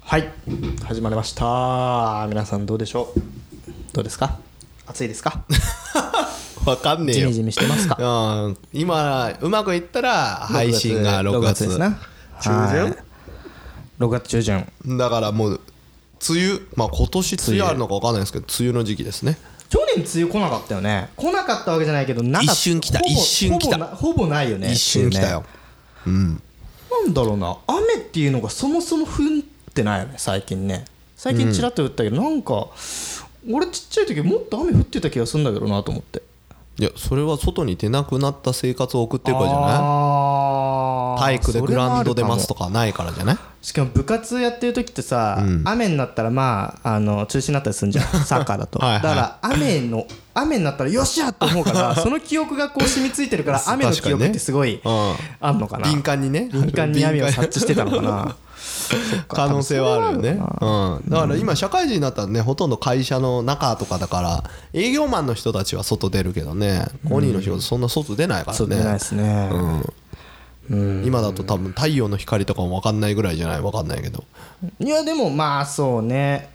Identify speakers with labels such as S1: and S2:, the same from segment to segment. S1: はい始まりました皆さんどうでしょうどうですか暑いですか
S2: わかんねえ
S1: ジ
S2: よ。
S1: メジメしてますか
S2: うん、今、うまくいったら 配信が6
S1: 6
S2: 月
S1: 月ですね
S2: 中旬
S1: はい6月中旬
S2: だからもう、梅雨、まあ今年梅雨あるのかわかんないですけど、梅雨の時期ですね。
S1: 去年梅雨来なかったよね来なかったわけじゃないけどなかった
S2: 一瞬来た
S1: ほぼ
S2: 一瞬来た
S1: ほぼなほぼないよね
S2: 一瞬来た
S1: 梅
S2: よ。
S1: 雨ねなんだろうな雨っていうのがそもそも降ってないよね最近ね最近ちらっと降ったけど、なんか俺ちっちゃい時もっと雨降ってた気がするんだけどなと思って
S2: いや、それは外に出なくなった生活を送ってるからじゃない
S1: あー
S2: 体育でグラウンド出ます
S1: それもあるかも
S2: とかないからじゃない
S1: しかも部活やってる時ってさ、雨になったらまああの中止になったりするん じゃんサッカーだと
S2: はいはい
S1: だから雨の雨になったらよっしゃって思うから その記憶がこう染みついてるから雨の記憶ってすごい
S2: 確かにね
S1: あんのかな、
S2: 敏感にね。
S1: 敏感に雨を察知してたのかな
S2: 可能性はあるよね、うん、だから今社会人になったらねほとんど会社の中とかだから営業マンの人たちは外出るけどねコニーの仕事 そんな外出ないか
S1: そう
S2: ら
S1: 出ないで
S2: ね
S1: すね、
S2: 今だと多分太陽の光とかも分かんないぐらいじゃない分かんないけど
S1: いやでもまあそうね、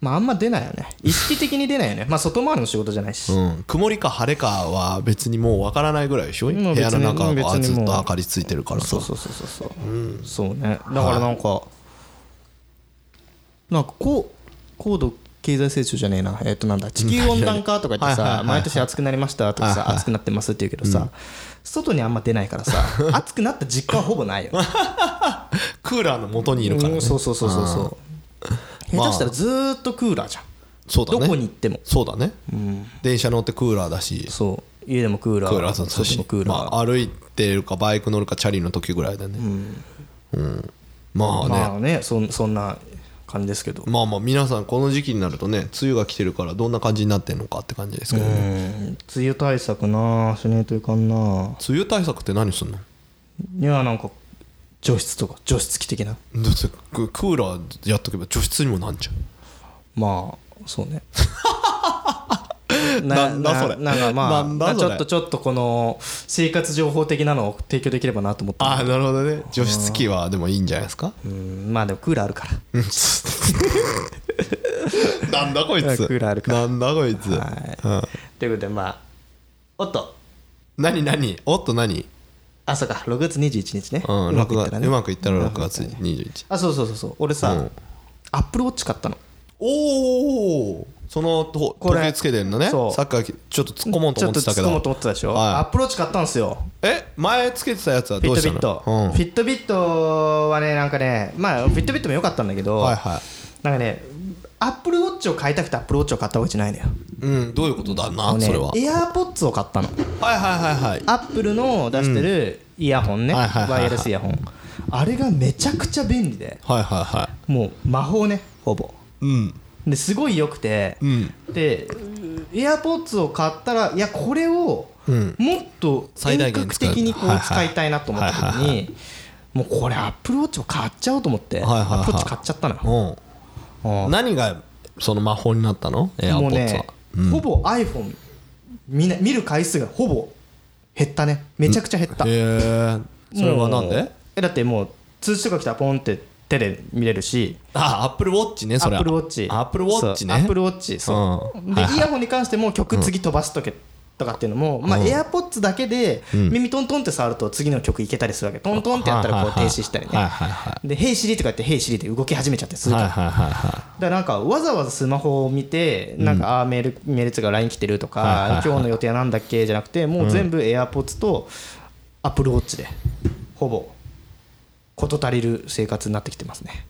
S1: まああんま出ないよね意識的に出ないよねまあ外回りの仕事じゃないし、
S2: うん曇りか晴れかは別にもう分からないぐらいでしょ部
S1: ん
S2: 屋の中
S1: 別に
S2: が
S1: 別
S2: ず
S1: にも
S2: っ
S1: う
S2: と明かりついてるからさ
S1: そうそうそうそうそう、そうねだからなんか、なんかこう高度経済成長じゃねえなえっ、となんだ地球温暖化とか言って
S2: はいはいは
S1: さ
S2: い
S1: 毎年暑くなりましたとか
S2: はい
S1: さ
S2: はい
S1: 暑くなってますって言うけどさ外にあんま出ないからさ暑くなった実感はほぼないよね
S2: クーラーの元 にいるから
S1: う
S2: ね
S1: んそうそうそうそうそう下手したらずーっとクーラーじゃん
S2: そうだ
S1: ど
S2: ね
S1: こに行っても
S2: そうだね電車乗ってクーラーだし
S1: そう家でもクーラー
S2: クーラーだった
S1: 外
S2: し
S1: もクーラー、
S2: まあ、歩いてるかバイク乗るかチャリの時ぐらいだねうん、まあね、
S1: まあねそんそんな感じですけど
S2: まあまあ皆さんこの時期になるとね梅雨が来てるからどんな感じになってんのかって感じですけどね、
S1: うん梅雨対策なあしねえといかんなあ
S2: 梅雨対策って何すんの
S1: いやなんか除湿とか除湿器的な
S2: だってククーラーやっとけば除湿にもなんじゃん
S1: まあそうね
S2: なんだそれ
S1: なんかまあ
S2: なんだそれ
S1: ちょっとちょっとこの生活情報的なのを提供できればなと思って
S2: ああなるほどね除湿機はでもいいんじゃないですか
S1: うんまあでもクーラーあるから
S2: なんだこい
S1: いや
S2: つ
S1: クーラーあるから
S2: なんだこいつ、
S1: はいということでまあおっと
S2: うん、何何おっと何、
S1: あそうか6月21日ね
S2: うん、
S1: まくいったら
S2: 6
S1: ね
S2: うまくいったら6月21
S1: あそうそうそうそう俺
S2: う
S1: さ
S2: ん
S1: アップルウォッチ買ったの
S2: おおそのと
S1: これ
S2: 時計つけてんのね
S1: そう
S2: さっきからちょっと突っ込もうと
S1: ちょ
S2: 思
S1: っ
S2: っ
S1: と
S2: てたけ
S1: 突っ込もうと
S2: ど
S1: 思ってたでしょ
S2: はい
S1: アップルウォッチ買ったんですよ
S2: え前つけてたやつは
S1: フィ
S2: どう
S1: ッ
S2: し
S1: ト
S2: た
S1: ビッ
S2: の
S1: ト、
S2: うん
S1: フィットビットはねなんかねまあフィットビットも良かったんだけど、
S2: はいは
S1: なんかねアップルウォッチを買いたくてアップルウォッチを買ったわけじゃないのよ
S2: いうんどういうことだな
S1: ね
S2: それははい
S1: エアーポッツを買ったの
S2: はいはいはい
S1: アップルの出してるイヤホンね
S2: はいはいはいは
S1: ワ
S2: い
S1: イヤレスイヤホンあれがめちゃくちゃ便利で
S2: はいはいは
S1: もう魔法ねほぼ
S2: いうん
S1: ですごい良くて、
S2: うん
S1: でエアポッツを買ったらいやこれを
S2: うん
S1: もっと
S2: 最
S1: 遠
S2: 大限
S1: 隔
S2: 使う
S1: 的にこ
S2: はいうはい
S1: 使いたいなと思った時
S2: はいはい
S1: にもうこれアップルウォッチを買っちゃおうと思ってア
S2: はいはいはい
S1: ップルウォッチ買っちゃったのよ
S2: お
S1: うん
S2: 何がその魔法になったのエアポ
S1: もう
S2: ッツは
S1: ねほぼ iPhone みんな見る回数がほぼ減ったねめちゃくちゃ減った
S2: へえそれはなん
S1: も
S2: で
S1: うえだってもう通知とか来たらポンって手で見れるし
S2: あアップルウォッチね
S1: ア
S2: それ
S1: ップルウォッチ
S2: アップルウォッチね
S1: アップルウォッチそう、
S2: う
S1: で、
S2: んはいはい
S1: イヤホンに関しても曲次飛ばすとけとかっていうのも、まあ、エアポッツだけで耳トントンって触ると次の曲いけたりするわけトントンってやったらこう停止したりね
S2: はいはいは
S1: で「ヘイシリ」とか言って「ヘイシリ」って動き始めちゃってするか
S2: はい
S1: ら
S2: はいはいは
S1: だからなんかわざわざスマホを見てなんか、あーメールメールとか LINE 来てるとか、
S2: はいはいはい
S1: 今日の予定はなんだっけじゃなくてもう全部 AirPods と AppleWatch でほぼ事足りる生活になってきてますね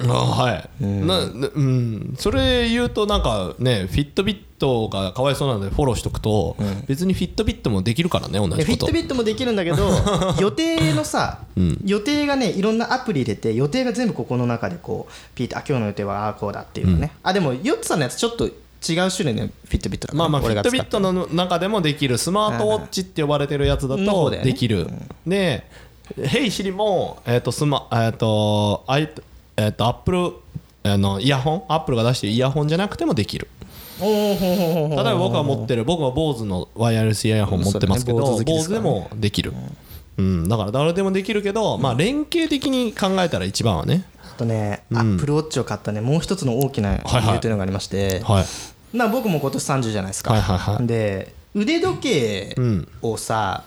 S2: いあはいななうんそれ言うとなんかねフィットビットがかわいそうなのでフォローしとくと別にフィットビットもできるからね同
S1: いや
S2: じ
S1: フィ
S2: こ
S1: ッ
S2: と
S1: トビットもできるんだけ ど予定のさ、予定がねいろんなアプリ入れて予定が全部ここの中でこうピーってあ今日の予定はああこうだっていうのね、あでもヨッツさんのやつちょっと違う種類のフィットビットだから
S2: まあまあフィ
S1: 俺が
S2: ット
S1: 使っ
S2: ビットの中でもできるスマートウォッチって呼ばれてるやつだ
S1: の方
S2: と
S1: だよね
S2: できる、で「ヘイシリも」えっ、とスマえっ、とアイえっ、とアップルあのイヤホンアップルが出してるイヤホンじゃなくてもできる
S1: おーほんほんほんほん
S2: 例えば僕が持ってる僕は BOSE のワイヤレスイヤホン持ってますけど
S1: そうだね
S2: BOSE、
S1: BOSE
S2: でもできる、うんだから誰でもできるけど、まあ連携的に考えたら一番はね
S1: とね、アップルウォッチを買ったね、もう一つの大きな理由というのがありまして、
S2: はい
S1: な僕も今年30じゃないですか、
S2: はいはいはい
S1: で腕時計をさ、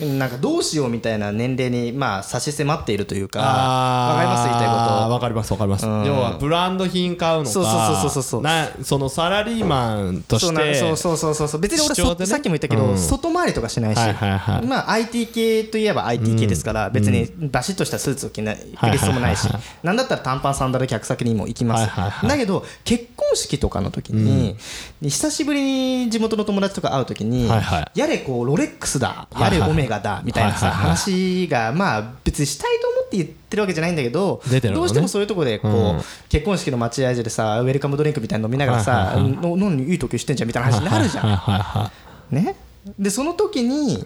S1: なんかどうしようみたいな年齢にまあ差し迫っているというかわかります言いたいこと
S2: わかりますわかります、
S1: うん
S2: 要はブランド品買うのか
S1: そうそうそうそうそう
S2: なそのサラリーマンと
S1: そう
S2: し
S1: なの
S2: て
S1: そうそうそうそうそう別に俺
S2: 主張
S1: そ、
S2: でね
S1: さっきも言ったけど、
S2: うん
S1: 外回りとかしないし、
S2: はいはいはい
S1: まあ IT 系といえば IT 系ですから、別にバシッとしたスーツを着ない
S2: はいはいはい
S1: リストもないし、なんだったら短パンサンダル客先にも行きます、
S2: はいはいはい
S1: だけど結婚式とかの時に、久しぶりに地元の友達とか会う時に、
S2: はいはい
S1: やれこうロレックスだや
S2: はい
S1: れ
S2: はい
S1: オメガだみたいなさ、
S2: はいはいはい
S1: 話がまあ別にしたいと思って言ってるわけじゃないんだけど
S2: 出てるのね
S1: どうしてもそういうとこでこう、
S2: うん
S1: 結婚式の待合所でさウェルカムドリンクみたいなの飲みながら
S2: はいはい
S1: さ
S2: はい
S1: 「の何いい時計してんじゃん」みたいな話になるじゃん
S2: は。いはいはい
S1: ね、でその時に、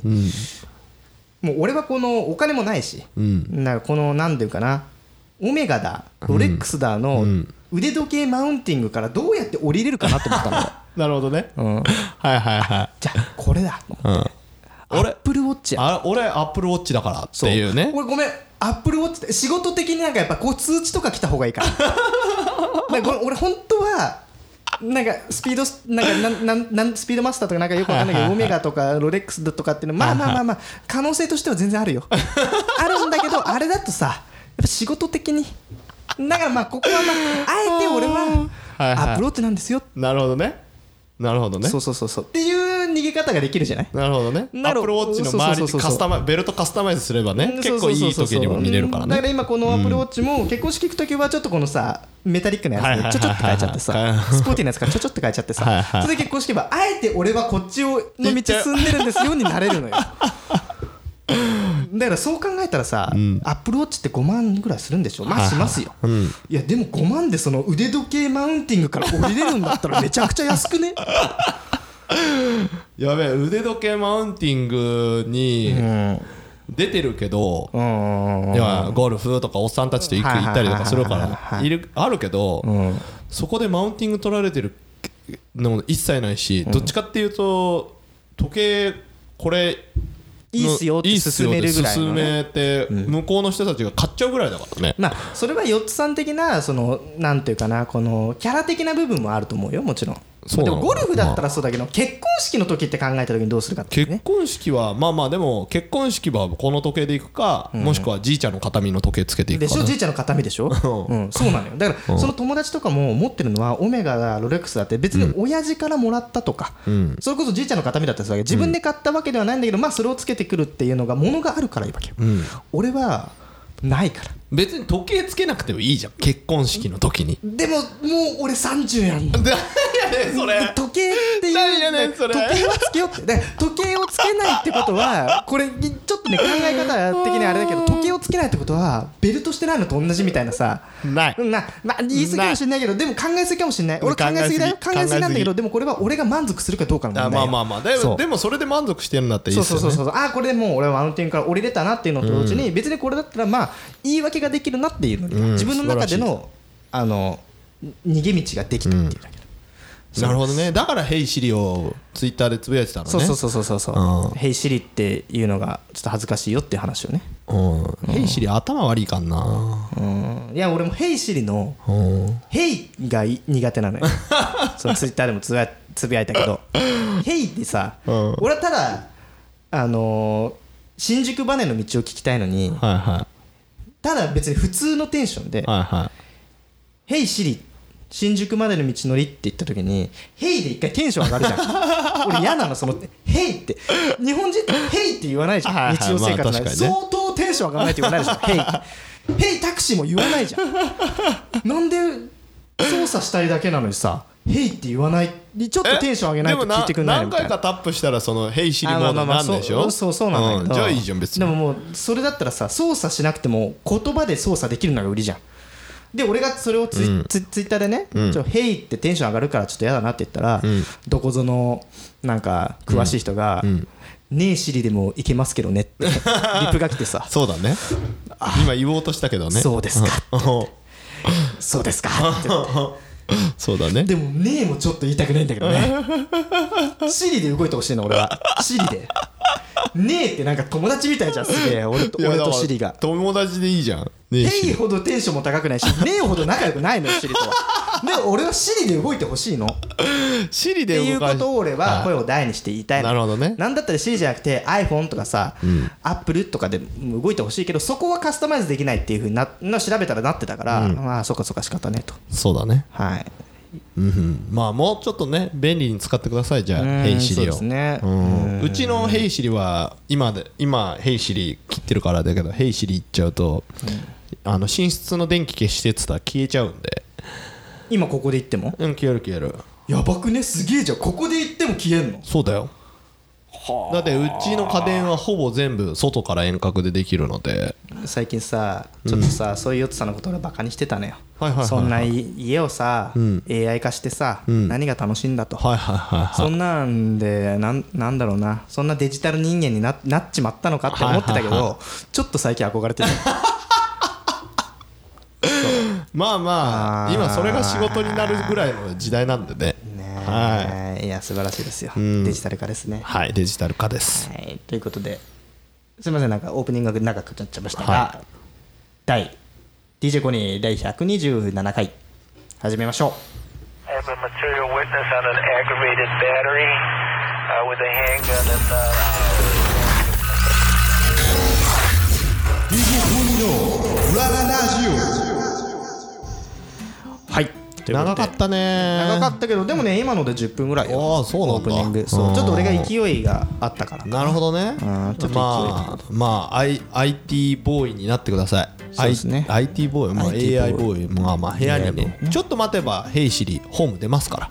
S1: もう俺はこのお金もないし、なんかこの何ていうかなオメガだロレックスだの腕時計マウンティングからどうやって降りれるかなと思った
S2: なるほどね、
S1: の、うん、
S2: はいはいは
S1: じゃあこれだと思って、
S2: うん俺
S1: アップルウォッチ
S2: いあ俺アップルウォッチだからっていうね
S1: 俺ごめんアップルウォッチって仕事的になんかやっぱこう通知とか来た方が いいからなんかごめん俺本当はなんかスピードスなんかなんなんなんスピードマスターとかなんかよくわかんないけど
S2: はい
S1: オ
S2: はい
S1: メ
S2: はい
S1: ガとかロレックスだとかっていうのまあまあまあまあ可能性としては全然あるよあるんだけどあれだとさやっぱ仕事的にだからまあここはまああえて俺は
S2: はいはい
S1: アップルウォッチなんですよ
S2: なるほどねなるほどね
S1: そうそうそうそうっていう逃げ方ができるじゃない
S2: なるほどねア
S1: なる
S2: ップルウォッチの
S1: そ
S2: 周
S1: う
S2: り
S1: そうそうそう
S2: カスタマイベルトカスタマイズすればね結構いい時計にも見れるから
S1: だから
S2: ね
S1: 今このアプローチも結婚式行く時はちょっとこのさメタリックな
S2: はい
S1: やつ
S2: はいは
S1: でちょ
S2: い
S1: ちょって変えちゃって
S2: はい
S1: さスポーティーなやつからちょちょって変えちゃって
S2: はい
S1: さ
S2: はい
S1: それで結婚式はあえて俺はこっちをの道進んでるんですよになれ るのよだからそう考えたらさ、アップルウォッチって5万ぐらいするんでしょまあしますよ、いやでも5万でその腕時計マウンティングから降りれるんだったらめちゃくちゃ安くね
S2: やべえ腕時計マウンティングに出てるけど、
S1: うん
S2: いやゴルフとかおっさんたちと行く
S1: はいはい
S2: 行ったりとかするか
S1: はいはいは
S2: ら
S1: い
S2: いるあるけど、そこでマウンティング取られてるの一切ないし、どっちかっていうと時計これ
S1: いいっすよって進めるぐらいの
S2: 進
S1: ね
S2: めて向こうの人たちが買っちゃうぐらいだからね、
S1: まあそれはヨッツさん的なそのなんていうかなこのキャラ的な部分もあると思うよもちろん
S2: そう
S1: で
S2: なの
S1: もゴルフだったらそうだけど結婚式の時って考えた時にどうするかっていう
S2: 結
S1: ね
S2: 婚式はまあまあでも結婚式はこの時計で行くか、もしくはじいちゃんの形見の時計つけていくか
S1: でしょ
S2: な
S1: じいちゃんの形見でしょ、
S2: う
S1: うん、そうなのよだからその友達とかも持ってるのはオメガだロレックスだって別に親父からもらったとか、それこそじいちゃんの形見だったりするわけ自分で買ったわけではないんだけど、まあ、それをつけてくるっていうのがものがあるからいいわけよ、俺はないから
S2: 別に時計つけなくてもいいじゃん結婚式の 時に
S1: でももう俺30やん
S2: 何やねんそれ
S1: 時計っていう
S2: 何やねんそれ
S1: 時計はつけようってで時計をつけないってことはこれちょっとね考え方的にあれだけど時計をつけないってことはベルトしてないのと同じみたいなさ
S2: ない
S1: なまあ言い過ぎかもしれないけどでも考えすぎかもしれない俺考
S2: 考え
S1: えすぎだよ考
S2: すぎ
S1: えすぎなんだけ
S2: 考えす
S1: ど
S2: ぎ
S1: でもこれは俺が満足するかどうかの問
S2: あ
S1: 題
S2: まあ
S1: よ
S2: まあまあで
S1: そう
S2: もでもそれで満足してるんだっていい
S1: そ
S2: で
S1: う
S2: す
S1: そう
S2: よ
S1: そう
S2: ね
S1: そうあーこれでもう俺はマウンティングから降りれたなっていうのと同時に別にこれだったらまあ言い訳ができるなっていうのに
S2: ん
S1: 自分の中でのあの逃げ道ができたっていうだけだ
S2: なるほどねだから「ヘイシリ」をツイッターでつぶやいてたのね
S1: そうそうそうそうそうそう「ヘイシリ」っていうのがちょっと恥ずかしいよっていう話をね
S2: うんヘイシリ頭悪いかんな
S1: うんいや俺も「ヘイシリ」の
S2: うん
S1: 「ヘイ」がい苦手なの よそのツイッターでもつぶやつぶやいたけど「ヘイ」ってさ
S2: うん
S1: 俺はただあのー新宿バネの道を聞きたいのに
S2: はいは
S1: ただ別に普通のテンションで
S2: いはいは
S1: 「ヘイシリ」新宿までの道のりって言った時に「ヘイ」で一回テンション上がるじ ゃん俺嫌なのその「ヘイ」って日本人って「ヘイ」って言わないじ
S2: はい
S1: ゃ
S2: は
S1: ん
S2: い
S1: 日常生
S2: まあ
S1: 活
S2: 確
S1: で
S2: かにね
S1: 相当テンション上がらないって言わ ないじゃん「ヘイ」「ヘイタクシー」も言わないじゃんなんで操作したいだけなのにさ「ヘイ」って言わないちょっと
S2: い
S1: テンション上げないと聞いてくんないの
S2: でも
S1: みたい
S2: 何回
S1: な
S2: かタップしたらその「ヘイシリ」
S1: あ
S2: モ
S1: ま
S2: ー
S1: あまあ
S2: ドに
S1: ま
S2: な
S1: あ
S2: るでしょ
S1: そうそうそうなんだけど、
S2: じゃあいいじゃん別に
S1: でももうそれだったらさ操作しなくても言葉で操作できるのが売りじゃんで俺がそれをツイ,、ツイツイッターでね「ちょヘイ」ってテンション上がるからちょっと嫌だなって言ったら、どこぞのなんか詳しい人が「ねえシリでもいけますけどね」って リプが来てさ
S2: そうだね今言おうとしたけど
S1: 「
S2: ね
S1: そうですか」
S2: うん
S1: そうですか」 って言って
S2: そうだね
S1: でも「ねえ」もちょっと言いたくないんだけどね「シリで動いてほしいの俺は「シリでねえってなんか友達みたいじゃんすげえ俺と
S2: いや
S1: 俺
S2: だ
S1: と
S2: から
S1: シリが
S2: 友達でいいじゃんねえ
S1: ペイ
S2: し
S1: ほどテンションも高く ないしねえほど仲良くないのよシリとはで俺はシリで動いてほしいのっ
S2: シリ
S1: て
S2: で
S1: いう
S2: 動
S1: こ
S2: かし
S1: とを俺は声
S2: い
S1: を大にして言いたいの
S2: なるほどね
S1: なんだったら C じゃなくて iPhone とかさ、Apple とかでも動いてほしいけどそこはカスタマイズできないっていうふうになの調べたらなってたから、まあそっかそっか仕方ねと
S2: そうだね
S1: はい
S2: うんうんまあもうちょっとね便利に使ってくださいじゃあ
S1: うん
S2: ヘイシ
S1: そう
S2: リ
S1: で
S2: を
S1: すね
S2: うんうちのヘイシリは今で今ヘイシリ切ってるからだけどヘイシリ行っちゃうとあの寝室の電気消してってたら消えちゃうんで
S1: 今ここで言っても
S2: うん消える消える
S1: やばくねすげえじゃんここで言っても消えんの
S2: そうだよだってうちの家電はほぼ全部外から遠隔でできるので
S1: 最近さちょっとさ、そういうヨッツさんのこと俺バカにしてたのよ、
S2: はいはいはいはい
S1: そんない家をさ、AI 化してさ、何が楽しいんだと、
S2: はいはいはいはい
S1: そんなんでなんなんだろうなそんなデジタル人間にななっちまったのかって思ってたけど、
S2: はいはい
S1: ちょっと最近憧れてる
S2: まあま
S1: あ
S2: あ
S1: ー、
S2: 今それが仕事になるぐらいの時代なんでねはい
S1: や素晴らしいですよ、
S2: ん
S1: デジタル化ですね
S2: い、はい、デジタル化です
S1: はい、ということですみませんなんかオープニングが長くなっちゃいましたが、
S2: は
S1: 第 DJ コニー第127回始めましょう
S3: I have a material witness on an aggravated battery uh, with a handgun and. Uh
S1: はいということで
S2: 長かったね
S1: 長かったけどでもね今ので10分ぐらいよ
S2: ああそうなんだ
S1: オープニングそう
S2: うん
S1: ちょっと俺が勢いがあったから
S2: なるほどね
S1: うんちょっと勢い
S2: まあまあ I- IT ボーイになってください
S1: そうですね
S2: I- IT ボーイ、まあ、
S1: IT ボーイ
S2: AI ボーイまあまあ部屋にねちょっと待てば「ヘイシリ」ホーム出ますから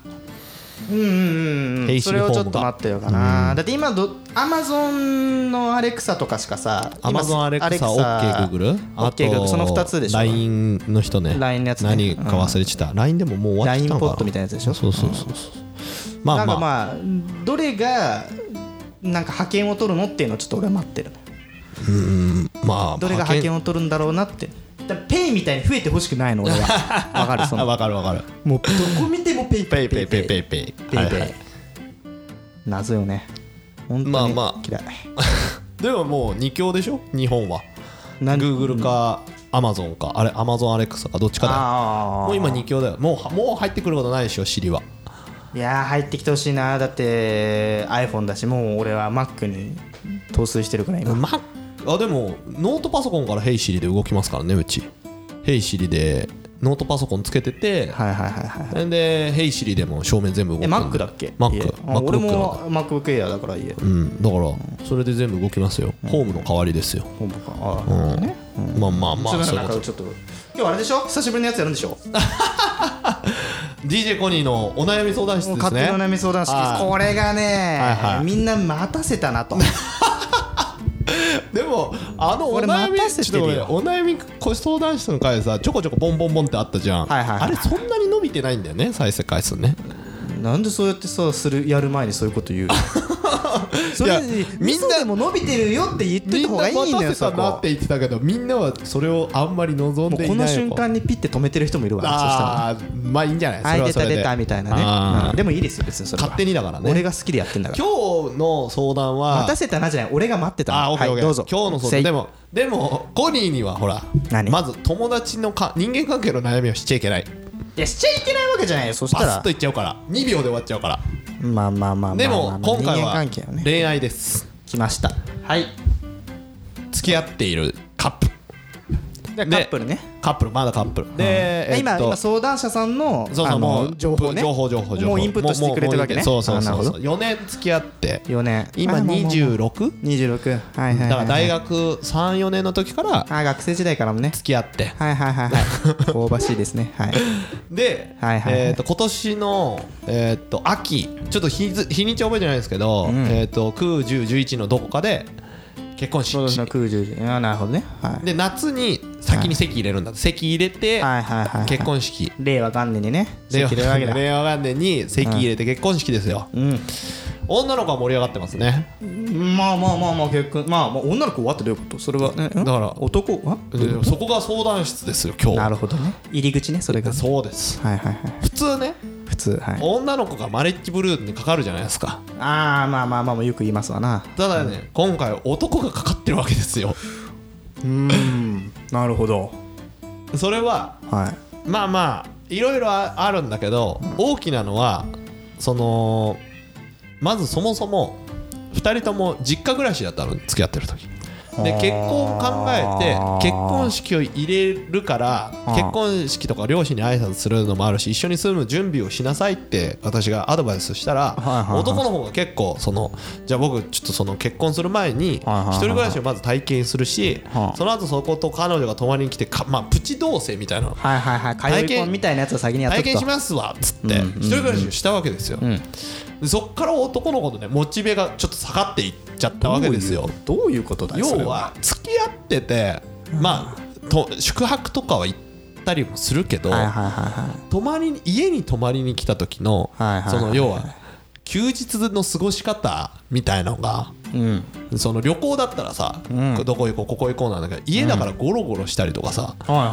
S1: うんうんうんう
S2: ヘ
S1: ん
S2: イ
S1: そ
S2: シリ
S1: れ
S2: フォー
S1: を
S2: ムが
S1: ちょっと待ってようかなだって今どアマゾンのアレクサとかしかさ
S2: アマゾンアレクサ、オッケーグーグル、
S1: オッケーグーグルその2つでしょ
S2: LINE の人ね、
S1: LINE のやつね
S2: 何か忘れてた、LINE でももう終わってたのか
S1: LINE ポッドみたいなやつでしょ
S2: そうそうそうそう。ま
S1: な
S2: あ
S1: んか
S2: まあ、
S1: まあどれがなんか派遣を取るのっていうのをちょっと俺は待ってる
S2: まあ、
S1: どれが派遣を取るんだろうなってだからペイみたいに増えてほしくないの俺 はわかるそ
S2: あ
S1: の
S2: わかるわかる。
S1: もうどこ見てもペイ
S2: ペイペイペイペイペイ。
S1: ペイ
S2: はい
S1: ペ
S2: は
S1: イ
S2: い
S1: 謎よね本当に
S2: まあまあ
S1: 嫌い
S2: でももう2強でしょ、日本は。
S1: 何
S2: Google か Amazon か、あれ、Amazon アレクサか、どっちかだよ。
S1: ああ
S2: もう今2強だよ。もうもう入ってくることないでしょ、シリは。
S1: いやー入ってきてほしいなだって iPhone だしもう俺は Mac に搭載してるから今、
S2: まあでもノートパソコンから「ヘイシリ」で動きますからねうち「ヘイシリ」でノートパソコンつけてて、
S1: はいはいはいはい
S2: で「ヘイシリ」でも正面全部動く
S1: え
S2: んで
S1: Mac だっけ
S2: マッ
S1: 家
S2: ク
S1: あ俺も MacBook Air だから家
S2: うんだからそれで全部動きますよホームの代わりですよ
S1: 本部かあ
S2: う
S1: あ
S2: んまあまあ
S1: すい
S2: ま
S1: ま
S2: あ
S1: せん
S2: そうい
S1: な
S2: うんこ
S1: か
S2: と
S1: ちょっと今日あれでしょ久しぶりのやつやるんでしょ
S2: DJ コニーのお悩み相談室ですね
S1: 勝手なお悩み相談
S2: は
S1: 式
S2: い
S1: これが
S2: はい
S1: ね
S2: はい
S1: みんな待たせた なと
S2: でもあのお
S1: 俺
S2: 悩み
S1: 待たせ
S2: ち
S1: て
S2: ょっ
S1: る
S2: と
S1: よ
S2: ごめんお悩みご相談室の回さちょこちょこボンボンボンってあったじゃん、
S1: はいはいはい
S2: あれそんなに伸びてないんだよね再生回数ね
S1: なんでそうやってさするやる前にそういうこと言うそれ
S2: いや
S1: み
S2: み
S1: ん
S2: ん
S1: な
S2: な
S1: でも伸びてるよって言っといた
S2: みん
S1: 方
S2: な
S1: がいいんだよ
S2: 待た
S1: そ
S2: せたなっ
S1: こ
S2: て言ってたけどみんなはそれをあんまり望ん
S1: もう
S2: でいない
S1: この瞬間にピッて止めてる人もいるわそしたら
S2: ああまあいいんじゃない
S1: あ
S2: それは
S1: 出
S2: そ
S1: た
S2: れで
S1: 出たみたいな
S2: あ
S1: ね、
S2: ー
S1: うんでもいいですよ別にそれは
S2: 勝手にだからね
S1: 俺が好きでやってんだから
S2: 今日の相談は
S1: 待たせたなじゃない俺が待ってたの
S2: あーオッケーオッ
S1: は
S2: ケ
S1: い
S2: ー
S1: どうぞ
S2: 今日の
S1: せ
S2: 相談
S1: い
S2: でもでもコニーにはほら
S1: 何
S2: まず友達のか人間関係の悩みをしちゃいけない
S1: いやしちゃいけないわけじゃないよそし
S2: バ
S1: た
S2: スッ
S1: ら
S2: といっちゃうから2秒で終わっちゃうから
S1: まあまあまあまあ
S2: で
S1: まあ
S2: も
S1: まあ
S2: 今回
S1: 人間
S2: は
S1: 関係はね
S2: 恋愛です
S1: 来ましたはい
S2: 付き合っているカップ
S1: じゃあ
S2: で
S1: カップルね
S2: カップルまだカップルでえっと
S1: 今今相談者さんの
S2: そう
S1: あ
S2: そう
S1: の
S2: もう
S1: 情報ね
S2: 情報情報情報
S1: もうインプットしてくれてるわけね
S2: もうもうそ
S1: あ
S2: うそうそ
S1: な
S2: う
S1: る
S2: そ
S1: ほ
S2: う
S1: ど
S2: 4年付き合って
S1: 4年
S2: 今
S1: あもうもう
S2: 26?
S1: 26はいはいはい
S2: だから大学34年の時から
S1: あ学生時代からもね
S2: 付き合って
S1: はいはいはい はい香ばしいですねはい
S2: で、
S1: はいはいはい
S2: えー、と今年の、えー、と秋ちょっと日付日にち覚えてないんですけど、えー、と9、10、11のどこかで結婚
S1: 今年の
S2: 式
S1: 空中時あなるほどねはい
S2: で夏に先に席入れるんだ、席入れて
S1: はいはいはいはい
S2: 結婚式
S1: 令和元年にね
S2: 令和
S1: 席入れるわけだ
S2: 令和元年に席入れて結婚式ですよ、女の子は盛り上がってますね
S1: まあまあまあまあ結婚まあまあ女の子はってどういうことそれはだ
S2: だから
S1: 男は
S2: でそこが相談室ですよ今日
S1: なるほどね入り口ねそれが
S2: そうです
S1: はいはいはい
S2: 普通ね
S1: 普通はい
S2: 女の子がマレッジブルーにかかるじゃないですか
S1: ああまあまあまあよく言いますわな
S2: ただね、今回男がかかってるわけですよ
S1: うんなるほど
S2: それは
S1: はい
S2: まあまあいろいろああるんだけど大きなのはそのまずそもそも2人とも実家暮らしだったの付き合ってる時で結婚を考えて結婚式を入れるから
S1: あー
S2: 結婚式とか両親に挨拶するのもあるし一緒に住む準備をしなさいって私がアドバイスしたら
S1: いはいはい
S2: 男の方が結構そのじゃあ僕ちょっとその結婚する前に
S1: はいはいはい
S2: 一人暮らしをまず体験するし
S1: はあ
S2: その後そこと彼女が泊まりに来てかまあプチ同棲みたいなの
S1: はいはいはい
S2: 体験
S1: 通い婚みたいなやつを先にやっと
S2: 体
S1: くと
S2: 験しますわっつって一人暮らしをしたわけですよ、でそっから男の子のねモチベがちょっと下がっていっちゃったわけですよ
S1: どういうことだよそれ
S2: 要は付き合っててまあと宿泊とかは行ったりもするけど、
S1: はいはいはいはい
S2: 泊まりに家に泊まりに来た時の、
S1: はいはいはい
S2: その要は休日の過ごし方みたいのが、その旅行だったらさ、どこ行こうここ行こうなんだけど家だからゴロゴロしたりとかさ、
S1: はいはいは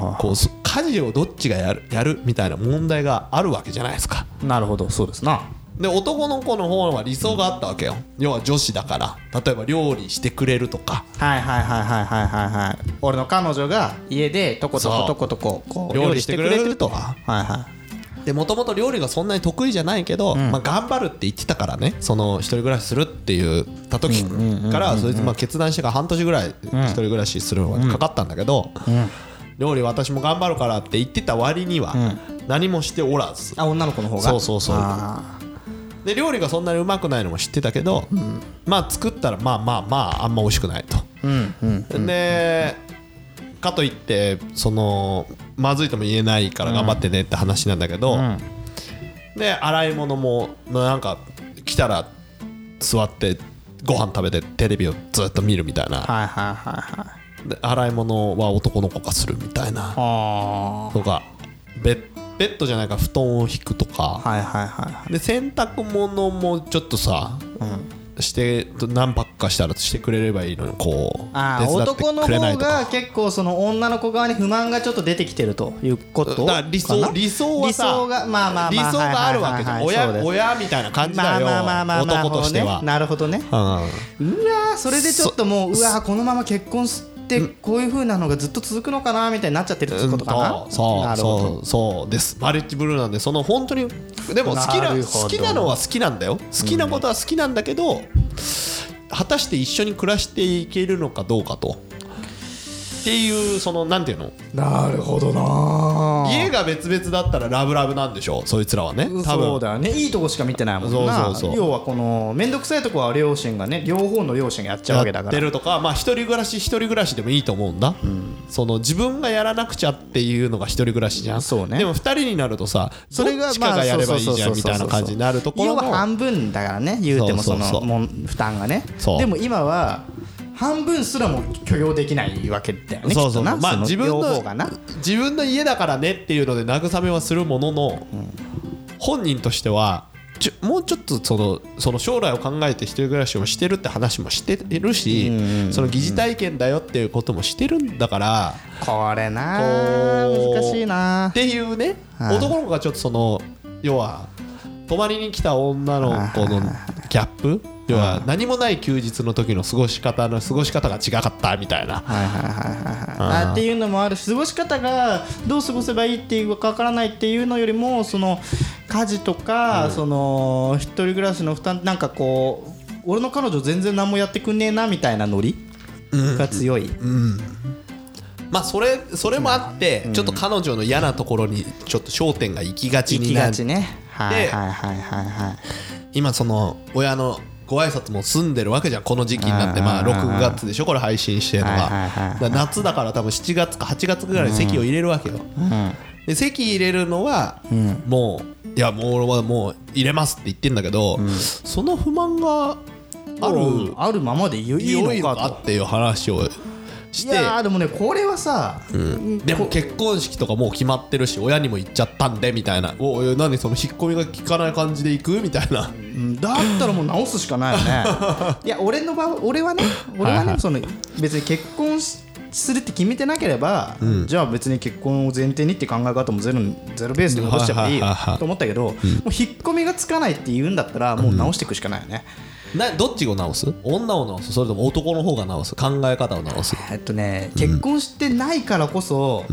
S1: いは
S2: こうそ家事をどっちがやるやるみたいな問題があるわけじゃないですか
S1: いなるほどそうですな
S2: で男の子の方は理想があったわけよ要は女子だから例えば料理してくれるとか
S1: はいはいはいはいはいはいはい俺の彼女が家でとこと
S2: そう
S1: ことことここう
S2: 料理してくれるとか
S1: はいは
S2: でもともと料理がそんなに得意じゃないけど、まあ、頑張るって言ってたからねその一人暮らしするって言った時からそいつまあ決断してから半年ぐらい一人暮らしするのがかかったんだけど、料理私も頑張るからって言ってた割には何もしておらず、
S1: いあ女の子の方が
S2: そうそうそう
S1: あ
S2: で料理がそんなにうまくないのも知ってたけど、まあ作ったらまあまあまああんま美味しくないと、
S1: ーうんうん
S2: でかといってそのまずいとも言えないから頑張ってねって話なんだけど、
S1: ん
S2: で洗い物もなんか来たら座ってご飯食べてテレビをずっと見るみたいな
S1: はいはいはいはい
S2: で洗い物は男の子がするみたいな
S1: あ
S2: とかベッベッドじゃないから布団を引くとか
S1: あはいはいはいはい
S2: で洗濯物もちょっとさ、して何泊かしたらしてくれればいいのにこう
S1: ああ
S2: 手伝って
S1: 男の
S2: くれない
S1: 方
S2: とか
S1: が結構その女の子側に不満がちょっと出てきてるということ
S2: だから理
S1: か
S2: 想
S1: な
S2: 理想は
S1: 理
S2: さ
S1: 想がまあまあまあ
S2: 理想があるわけじゃ
S1: は
S2: ん
S1: いはいはいはいそう
S2: 親
S1: です
S2: 親みたいな感じ
S1: ま
S2: だ
S1: あ
S2: よ
S1: まあまあまあまあ
S2: 男としては
S1: なるほどね
S2: う
S1: うわーそれでちょっともううわーこのまま結婚してこういう風なのがずっと続くのかなみたいになっちゃってるって
S2: ん
S1: ことかな、
S2: うんそ
S1: な
S2: う
S1: るほど
S2: そうそうですマリッジブルーなんでその本当にでも好きな
S1: なるほど
S2: 好きなのは好きなんだよ好きなことは好きなんだけど果たして一緒に暮らしていけるのかどうかとっていうそのなんていうの
S1: なるほどな
S2: 家が別々だったらラブラブなんでしょうそいつらはね多
S1: そう
S2: 分
S1: だよねいいとこしか見てないもんな
S2: そうそうそう
S1: 要はこの面倒くさいとこは両親がね両方の両親がやっちゃうわけだ
S2: や
S1: か
S2: っ
S1: ら
S2: てるとかまあ一人暮らし一人暮らしでもいいと思うんだ、その自分がやらなくちゃっていうのが一人暮らしじゃん
S1: そうね
S2: でも二人になるとさそれがどっちか
S1: まあ
S2: がやればいいじ
S1: そ
S2: ゃん
S1: うそうそうそう
S2: みたいな感じになるところ
S1: 要
S2: も
S1: は半分だからね言うても
S2: そ
S1: そう
S2: そうそう
S1: のもん負担がね
S2: そう
S1: でも今は半分すらも許容できないわけだよね
S2: そうそ
S1: きっと
S2: う
S1: な
S2: まあ
S1: の
S2: 自分の
S1: 両方がな
S2: 自分の家だからねっていうので慰めはするものの、本人としてはちょもうちょっとそのその将来を考えて一人暮らしをしてるって話もしてるし、その疑似体験だよっていうこともしてるんだから、
S1: これな
S2: こう
S1: 難しいな
S2: っていうね、
S1: はい
S2: 男の子がちょっとその要は泊まりに来た女の子のギャップ要は何もない休日の時の過ごし方の過ごし方が違かったみたいな
S1: はいはいはいはいはいあっていうのもあるし過ごし方がどう過ごせばいいっていうかわからないっていうのよりもその家事とか、その一人暮らしの負担なんかこう俺の彼女全然何もやってくんねえなみたいなノリが強い、
S2: まあそれそれもあってちょっと彼女の嫌なところにちょっと焦点が行きがち
S1: 行
S2: に
S1: き
S2: な
S1: が
S2: っ
S1: ち
S2: て
S1: ねはいはいはいはいはい
S2: 今その親のご挨拶も済んでるわけじゃんこの時期になっ
S1: は
S2: て
S1: い
S2: ま
S1: は
S2: あ
S1: いはいはい
S2: 6月でしょこれ配信してるのが
S1: はいはいはいはい
S2: だから夏だから多分7月か8月ぐらいに席を入れるわけよで席入れるのはもういやもう俺はもう入れますって言ってんだけどその不満があ
S1: うん
S2: る
S1: あるままでいい
S2: 良い
S1: の
S2: の
S1: か
S2: か
S1: と
S2: っていう話をし
S1: い
S2: て
S1: やーでもねこれはさ、
S2: でも結婚式とかもう決まってるし親にも行っちゃったんでみたいな「おいおい何その引っ込みが効かない感じで行く?」みたいな
S1: うんだったらもう 直すしかないよねいや俺の場合俺はね俺はね、その別に結婚しするって決めてなければ、じゃあ別に結婚を前提にって考え方もゼロゼロベースで戻しちゃえばいいよ
S4: はいはいはいはい
S1: と思ったけど、もう引っ込みがつかないって言うんだったらもう直していくしかないよね、
S4: などっちを直す女を直すそれとも男の方が直す考え方を直す
S1: えっとね結婚してないからこそ、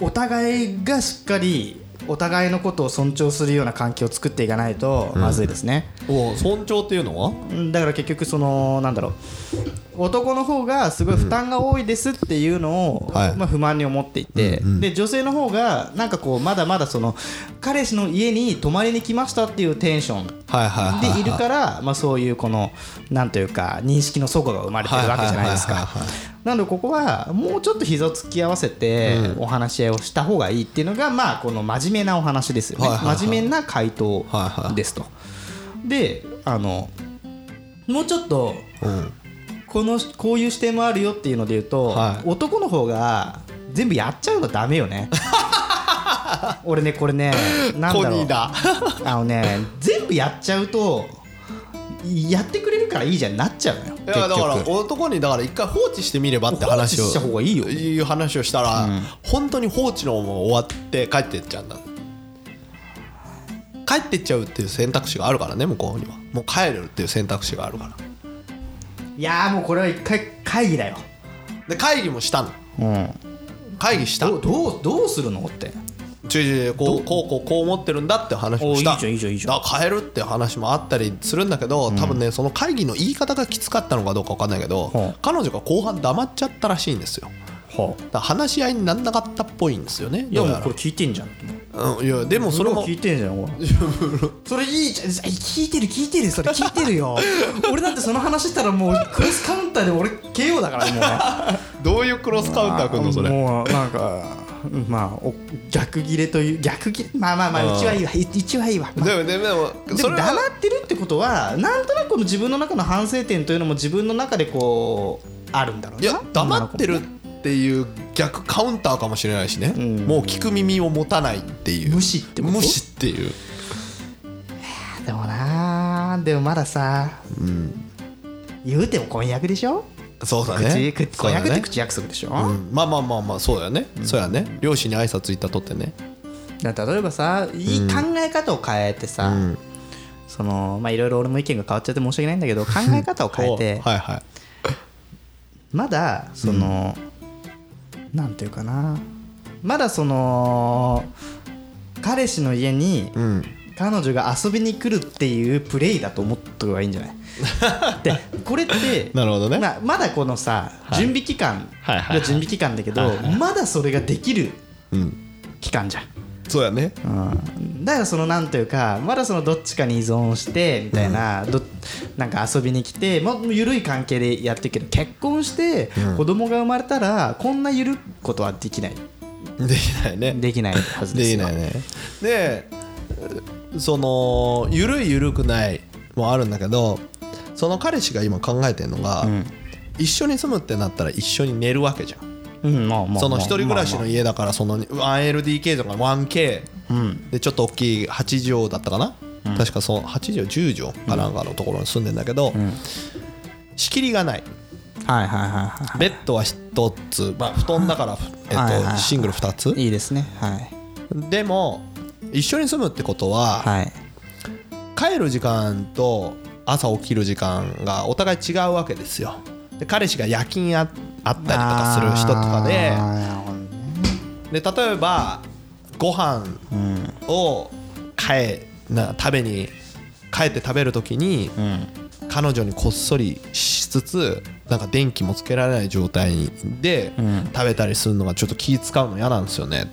S1: お互いがしっかりお互いのことを尊重するような環境を作っていかないとまずいですね、
S4: お尊重っていうのは
S1: うんだから結局そのなんだろう男の方がすごい負担が多いですっていうのを、
S2: はい
S1: まあ、不満に思っていて、で女性の方がなんかこうまだまだその彼氏の家に泊まりに来ましたっていうテンション
S2: はいはいはい
S1: でいるから、まあ、そういうこのなんというか認識の齟齬が生まれてるわけじゃないです
S2: はい
S1: か
S2: はいはいは。
S1: なのでここはもうちょっと膝を突き合わせてお話し合いをした方がいいっていうのがまあこの真面目なお話ですよね、
S2: はいはいはい
S1: 真面目な回答ですと。であのもうちょっとこのこういう視点もあるよっていうので言うと、
S2: は
S1: 男の方が全部やっちゃうのダメよ ね。俺ねこれねなんだろう
S2: だ
S1: あのね全部やっちゃうとやってくれるからいいじゃんなっちゃうのよ
S2: いやだから
S1: 結局
S2: 男にだから一回放置してみればって話を
S1: 放置した方がいいよ
S2: いう話をしたら、本当に放置のまま終わって帰ってっちゃうんだ帰ってっちゃうっていう選択肢があるからね向こうにはもう帰るっていう選択肢があるから
S1: いやーもうこれは一回会議だよ
S2: で会議もしたの
S1: うん
S2: 会議した
S1: どうどうどうするのって
S2: ちょいちょいちょいこうこうこうこう思ってるんだって話もした
S1: おいいじゃんいいじゃんいいじゃん
S2: だから変えるって話もあったりするんだけど多分ねその会議の言い方がきつかったのかどうか分かんないけど、
S1: うん
S2: 彼女が後半黙っちゃったらしいんですよ
S1: は
S2: だから話し合いになんなかったっぽいんですよね
S1: いや
S2: どう
S1: も
S2: や
S1: うこれ聞いてんじゃん
S2: らうんいやでもそ
S1: それ
S2: れ
S1: も
S2: も
S1: 聞いてんじゃんほら それいいじゃん聞いてる聞いてるそれ聞いてるよ俺だってその話したらもうクロスカウンターで 俺 KO だからねもうね
S2: どういうクロスカウンターくんのそれ
S1: もうなんかまあお逆切れという逆切れまあまあまあうちはいいわい一応はいいわ、まあ
S2: でもでもでも
S1: で
S2: そ
S1: も
S2: れ
S1: 黙
S2: は
S1: ってるってことはなんとなくこの自分の中の反省点というのも自分の中でこうあるんだろう
S2: い
S1: な
S2: や黙ってるっていう逆カウンターかもしれないしね、
S1: ん
S2: もう聞く耳を持たないっていう
S1: 無視ってこと
S2: 無視っていう
S1: でもなでもまださ、言うても婚約でしょ
S2: そうだ
S1: 口
S2: ね
S1: 口
S2: そ
S1: 婚
S2: うだ
S1: 約って
S2: ね
S1: 口約束でしょ、
S2: うんまあまあまあまあそうだよね、そうやね両親に挨拶行ったとってね
S1: だから例えばさいい考え方を変えてさ、そのまあいろいろ俺も意見が変わっちゃって申し訳ないんだけど考え方を変え て
S2: おはいはい
S1: まだその、なんていうかなまだその彼氏の家に
S2: うん
S1: 彼女が遊びに来るっていうプレイだと思った方がいいんじゃ ないでこれって
S2: なるほどね
S1: まあまだこのさ、準備期間
S2: はいはいは
S1: が
S2: い
S1: 準備期間だけど、まだそれができる期間じゃん
S2: そうやね
S1: うんだからそのなんというかまだそのどっちかに依存してみたいな,、どなんか遊びに来てもう緩い関係でやってるけど結婚して子供が生まれたらこんな緩いことはできない
S2: できないね
S1: できないはずで
S2: ですき
S1: よ
S2: ないねでそのゆるいゆるくないもあるんだけどその彼氏が今考えてるのが、一緒に住むってなったら一緒に寝るわけじゃん
S1: うんまあまあまあ
S2: その一人暮らし
S1: まあ
S2: の家だからその 1LDK とか 1K でちょっと大きい8畳だったかな、確かその8畳10畳かなんかのところに住んでんだけど、仕切りがない
S1: まあはいはいはいは
S2: ベッドは1つ、まあ、布団だから、
S1: はい
S2: え
S1: はい
S2: っ
S1: は
S2: と、
S1: い
S2: シングル2つ
S1: いいいですねはい
S2: でも一緒に住むってことは、
S1: はい
S2: 帰る時間と朝起きる時間がお互い違うわけですよで彼氏が夜勤ああったりとかする人とかで
S1: あーなるほどね
S2: で例えばご飯を帰な食べに帰って食べる時に、彼女にこっそりしつつなんか電気もつけられない状態で食べたりするのがちょっと気使うの嫌なんですよね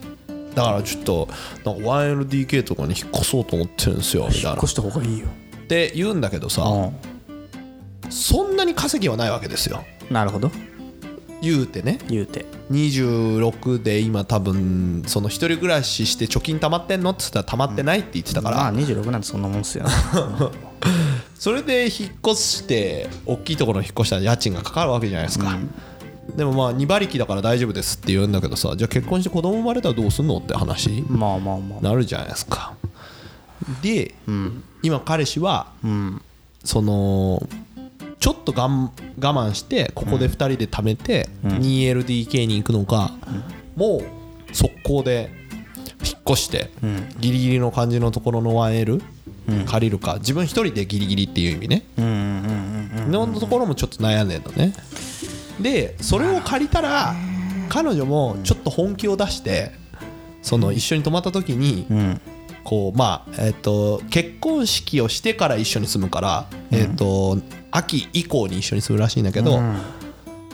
S2: だからちょっとなんか 1LDK とかに引っ越そうと思ってるんですよみたいな
S1: 引っ越した方がいいよ
S2: って言うんだけどさ、そんなに稼ぎはないわけですよ
S1: なるほど
S2: 言うてね
S1: 言うて
S2: 26で今多分その一人暮らしして貯金貯まってんのっつったら貯まってないって言ってたから、
S1: まあ26なんてそんなもんっすよ
S2: それで引っ越して大きいところに引っ越したら家賃がかかるわけじゃないですか、でもまあ2馬力だから大丈夫ですって言うんだけどさじゃあ結婚して子供生まれたらどうすんのって話
S1: まあまあまあ
S2: なるじゃないですかで、今彼氏は、そのちょっとがん我慢してここで2人で貯めて 2LDK に行くのか、もう速攻で引っ越してギリギリの感じのところの 1L 借りるか自分1人でギリギリっていう意味ねのところもちょっと悩んでんのねでそれを借りたら彼女もちょっと本気を出してその一緒に泊まった時に、こうまあえっ、と結婚式をしてから一緒に住むから、えっ、と秋以降に一緒に住むらしいんだけど、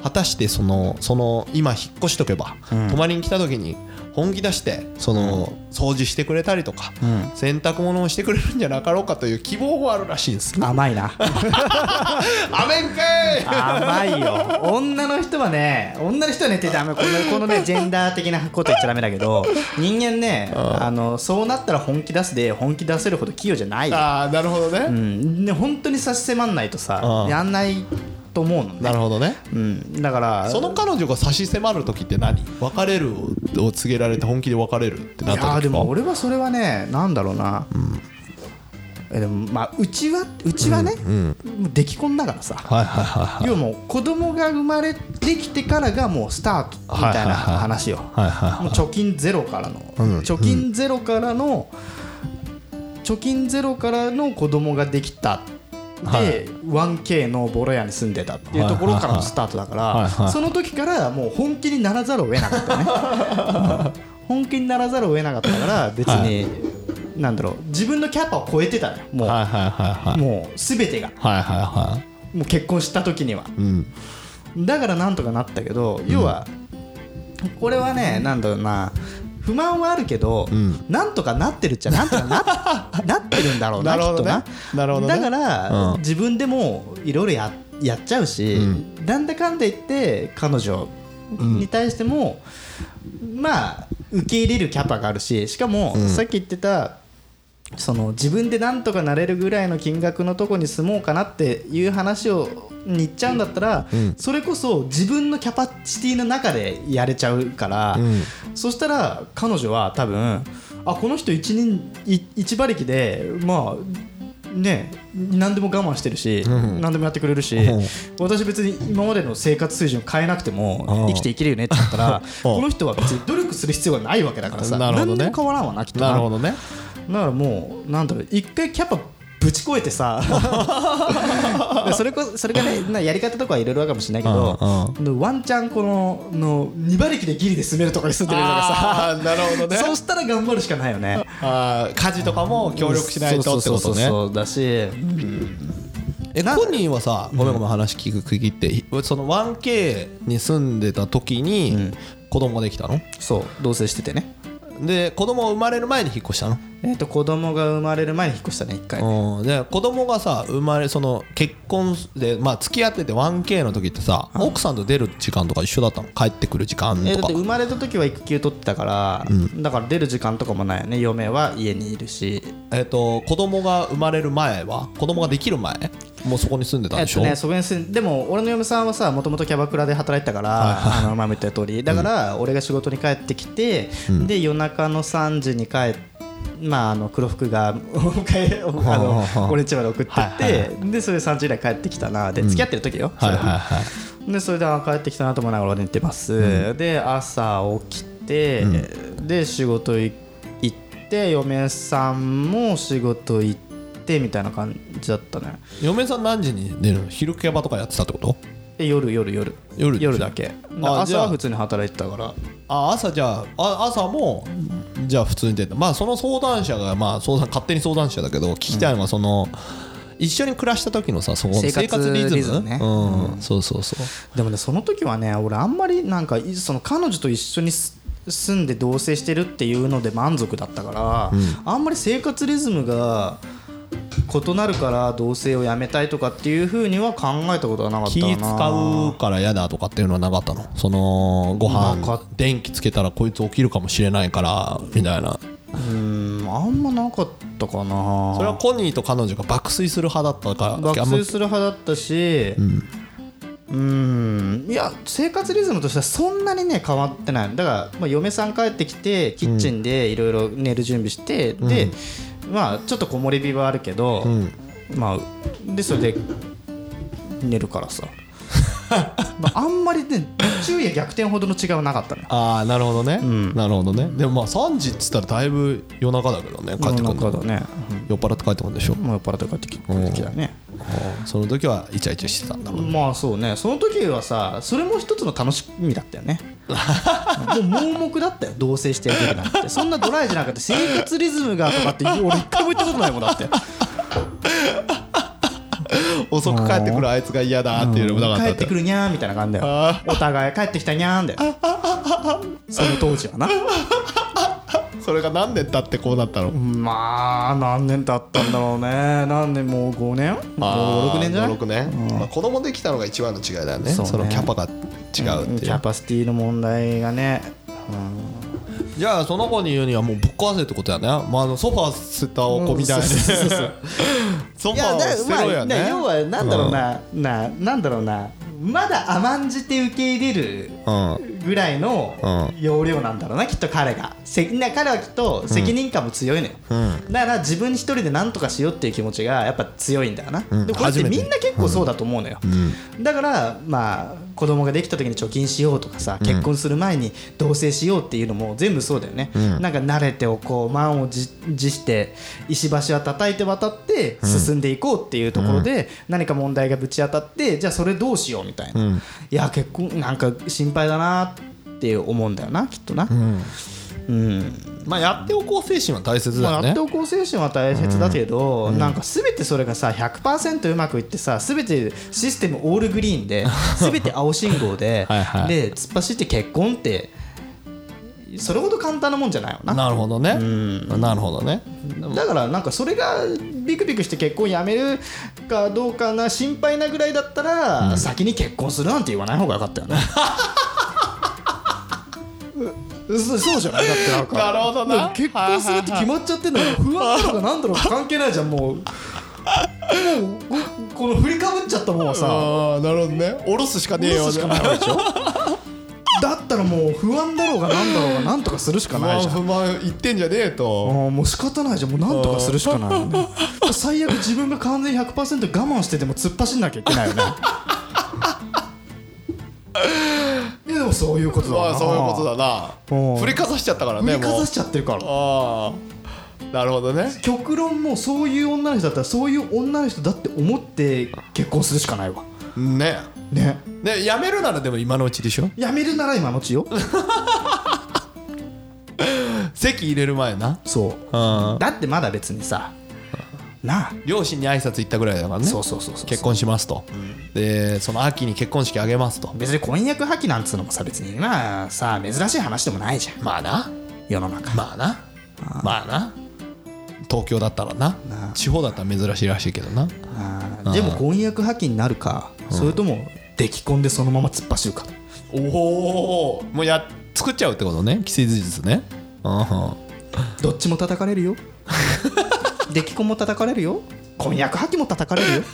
S2: 果たしてそのその今引っ越しとけば、泊まりに来た時に本気出してその、掃除してくれたりとか、洗濯物をしてくれるんじゃなかろうかという希望もあるらしいんです。
S1: 甘い な
S2: アメンかい
S1: 甘いよ女の人はね女の人はねってダメこ のこのねジェンダー的なこと言っちゃダメだけど人間ねあのそうなったら本気出すで本気出せるほど器用じゃないよ
S2: ああなるほどね、
S1: うん、ね本当に差し迫んないとさ
S2: うん
S1: やんないと思うのね
S2: なるほどね
S1: うん、だから
S2: その彼女が差し迫る時って何別れるを告げられて本気で別れるってなっ
S1: い
S2: た時
S1: や
S2: か
S1: ーでも俺はそれはねなんだろうな、えでもまあうちはうちはね、もう出来婚だからさ、
S2: はいはいはいはい
S1: 要はもう子供が生まれてきてからがもうスタートみたいな話よ、
S2: はいはい
S1: もう貯金ゼロからの、貯金ゼロからの貯金ゼロからの子供ができたで、1K のボロ屋に住んでたっていうところからのスタートだから、
S2: いはいはい
S1: その時からもう本気にならざるを得なかったね、う ん本気にならざるを得なかったから別に、なんだろう自分のキャパを超えてたのよもう、
S2: はいはいはいはい
S1: もう全てが
S2: はいはいはい
S1: もう結婚した時には、だからなんとかなったけど要は、これはねなんだろうな不満はあるけど、なんとかなってるっちゃなんとか ななってるんだろうな
S2: なるほど
S1: き
S2: ね
S1: っとな
S2: なるほどね
S1: だから、
S2: うん
S1: 自分でもいろいろややっちゃうし、なんだかんだ言って彼女に対しても、まあ受け入れるキャパがあるししかも、さっき言ってたその自分でなんとかなれるぐらいの金額のとこに住もうかなっていう話をに行っちゃうんだったら、それこそ自分のキャパシティの中でやれちゃうから、そしたら彼女は多分あこの人一人い一馬力でまあね何でも我慢してるし、何でもやってくれるし、私別に今までの生活水準変えなくても生きていけるよねって言ったらこの人は別に努力する必要がないわけだからさ
S2: なるほどね
S1: 何にも変わらんわなきっと
S2: なるほどね
S1: だからもうなんだろう一回キャパぶち越えてさ でそれこそれがねなやり方とかはいろいろあるかもしれないけどでワンチャンこのの2馬力でギリで進めるとこに住んでるとか
S2: ああなるほど
S1: さ
S2: ね
S1: そうしたら頑張るしかないよね
S2: あー家事とかも協力しないとってこ
S1: そ
S2: と
S1: うそう
S2: ね
S1: そうそうだし
S2: え本人はさごめんごめん話聞く区切ってその 1K に住んでた時に子供ができたの
S1: そう同棲しててね
S2: で子供生まれる前に引っ越したの
S1: えっと子供が生まれる前に引っ越したね一回
S2: うん、で子供がさ生まれその結婚で、まあ、付き合ってて 1K の時ってさ、奥さんと出る時間とか一緒だったの帰ってくる時間
S1: えーだ
S2: と
S1: っ
S2: か、
S1: て生まれた時は育休取ってたから、だから出る時間とかもないよね嫁は家にいるし
S2: えっと子供が生まれる前は子供ができる前もうそこに住んでたん
S1: え
S2: で
S1: っ
S2: し
S1: と
S2: ょ、
S1: ね、そこに住んでも俺の嫁さんはさもともとキャバクラで働いてたからあの前も言った通りだから俺が仕事に帰ってきて、で夜中の3時に帰って。まあ、あの黒服が お迎えをあの俺んちまで送ってってでそれで3時以来帰ってきたなで付き合ってる時よ、それ
S2: はいはい
S1: でそれであ帰ってきたなと思いながら俺寝てます、で朝起きて、で仕事い行って嫁さんも仕事行ってみたいな感じだったね
S2: 嫁さん何時に出るの昼キャバとかやってたってこと
S1: で夜夜夜
S2: 夜でしょ
S1: だけ
S2: あじ
S1: 朝
S2: ゃあ
S1: は普通に働いてたから
S2: あ朝じゃああ朝もじゃあ普通に出たまあその相談者がまあ相談勝手に相談者だけど聞きたいのはその、一緒に暮らした時のさその
S1: 生活
S2: リズム
S1: リズムね
S2: うんそうそうそう
S1: でもねその時はね俺あんまりなんかいその彼女と一緒にす住んで同棲してるっていうので満足だったから、あんまり生活リズムが異なるから同棲をやめたいとかっていうふうには考えたことはなかった
S2: 気
S1: な
S2: 使うから嫌だとかっていうのはなかったのそのご
S1: なかっ
S2: 飯電気つけたらこいつ起きるかもしれないからみたいな
S1: うんあんまなかったかな
S2: それはコニーと彼女が爆睡する派だったから
S1: 爆
S2: あんま
S1: 睡する派だったしうんいや生活リズムとしてはそんなにね変わってないだから、まあ、嫁さん帰ってきてキッチンでいろいろ寝る準備して、でまあちょっと木漏れ日はあるけど、まあでそれで寝るからさ あんまりね昼夜逆転ほどの違いはなかったのよ
S2: ああなるほどね、なるほどねでもまあ3時っつったらだいぶ夜中だけどね帰ってくる
S1: 夜
S2: の
S1: 中だね、
S2: 酔っ払って帰ってくるんでしょ
S1: うん、もう酔っ払って帰ってきてたね
S2: その時はイチャイチャしてたんだもん
S1: まあそうねその時はさそれも一つの楽しみだったよね もう盲目だったよ同棲してる時なんてそんなドライじゃなくて生活リズムがとかって俺一回も言ったことないもんだって
S2: 遅く帰ってくるあいつが嫌だっていうのもなかった
S1: 帰っ
S2: っ
S1: ててくるにゃーみたいな感じだよお互い帰ってきたにゃーんだよその当時はな
S2: それが何年経ってこうなったの
S1: まあ何年経ったんだろうね何年もう5年もう6年じゃない
S2: 56年、まあ、子供できたのが一番の違いだよね
S1: そ
S2: そう
S1: ね
S2: のキャパが違うって
S1: キ
S2: いう
S1: ャパシティの問題がね
S2: じゃあその子に言うにはもうぶっ壊せってことやね、まあ、あのソファー捨てたお子 みたいに、
S1: そうそうそうそう
S2: ソ
S1: い
S2: ファ
S1: や
S2: ーを
S1: だ
S2: 捨てろやね、
S1: まあ、要はなんだろうな、ななんだろうなまだ甘んじて受け入れる
S2: うん
S1: ぐらいの容量なんだろうな、きっと彼がせな彼はきっと責任感も強いのよ、だから自分一人で何とかしようっていう気持ちがやっぱ強いんだよな、でこれってみんな結構そうだと思うのよ、だからまあ子供ができた時に貯金しようとかさ結婚する前に同棲しようっていうのも全部そうだよね、なんか慣れておこう満を持持して石橋は叩いて渡って進んでいこうっていうところで何か問題がぶち当たってじゃあそれどうしようみたいな、いや結婚なんか心配だなって思うんだよなきっとな、うん
S2: まあ、やっておこう精神は大切だ
S1: ま
S2: よ
S1: あ、や
S2: ね
S1: っておこう精神は大切だけど、なんか全てそれがさ100%うまくいってさ全てシステムオールグリーン で全て青信号で
S2: はいはい
S1: で突っ走って結婚ってそれほど簡単なもんじゃないよな
S2: なるほどねなるほどね
S1: だからなんかそれがビクビクして結婚やめるかどうかな心配なぐらいだったら先に結婚するなんて言わない方がよかったよ ね。うそそうじゃないだってなんか
S2: なるほどな
S1: 結婚するって決まっちゃってんだから不安だろうが何だろうが関係ないじゃんもうもうこの振りかぶっちゃったもんはさ
S2: ああなるほどね下ろすしかねえ
S1: 下
S2: よ
S1: ろすしかないわけでしょだったらもう不安だろうが何だろうが何とかするしか
S2: 不
S1: ない
S2: 満
S1: じゃん
S2: 不満言ってんじゃねえと
S1: ああもう仕方ないじゃんもうなんとかするしかないよね最悪自分が完全に100%我慢してても突っ走んなきゃいけないよね いやでもそういうことだ
S2: ま
S1: な
S2: あそういうことだ
S1: うん
S2: な振りかざしちゃったから
S1: 振
S2: ね
S1: りか
S2: もう
S1: ざしちゃってるから
S2: ああなるほどね
S1: 極論もうそういう女の人だったらそういう女の人だって思って結婚するしかないわ
S2: ね
S1: ね
S2: ねやめるならでも今のうちでしょ
S1: やめるなら今のうちよ
S2: 席入れる前な
S1: そう
S2: うん
S1: だってまだ別にさなあ
S2: 両親に挨拶行ったぐらいだからね
S1: そうそうそうそう
S2: 結婚しますとでその秋に結婚式あげますと
S1: 別に婚約破棄なんつうのもさ別にまあさ珍しい話でもないじゃん
S2: まあな
S1: 世の中
S2: まあなまあな東京だったらな地方だったら珍しいらしいけどな
S1: あーでも婚約破棄になるか、それとも出来婚でそのまま突っ走るか
S2: おおもうや作っちゃうってことね既成事実ねうん
S1: どっちも叩かれるよ出来婚も叩かれるよ婚約破棄も叩かれるよ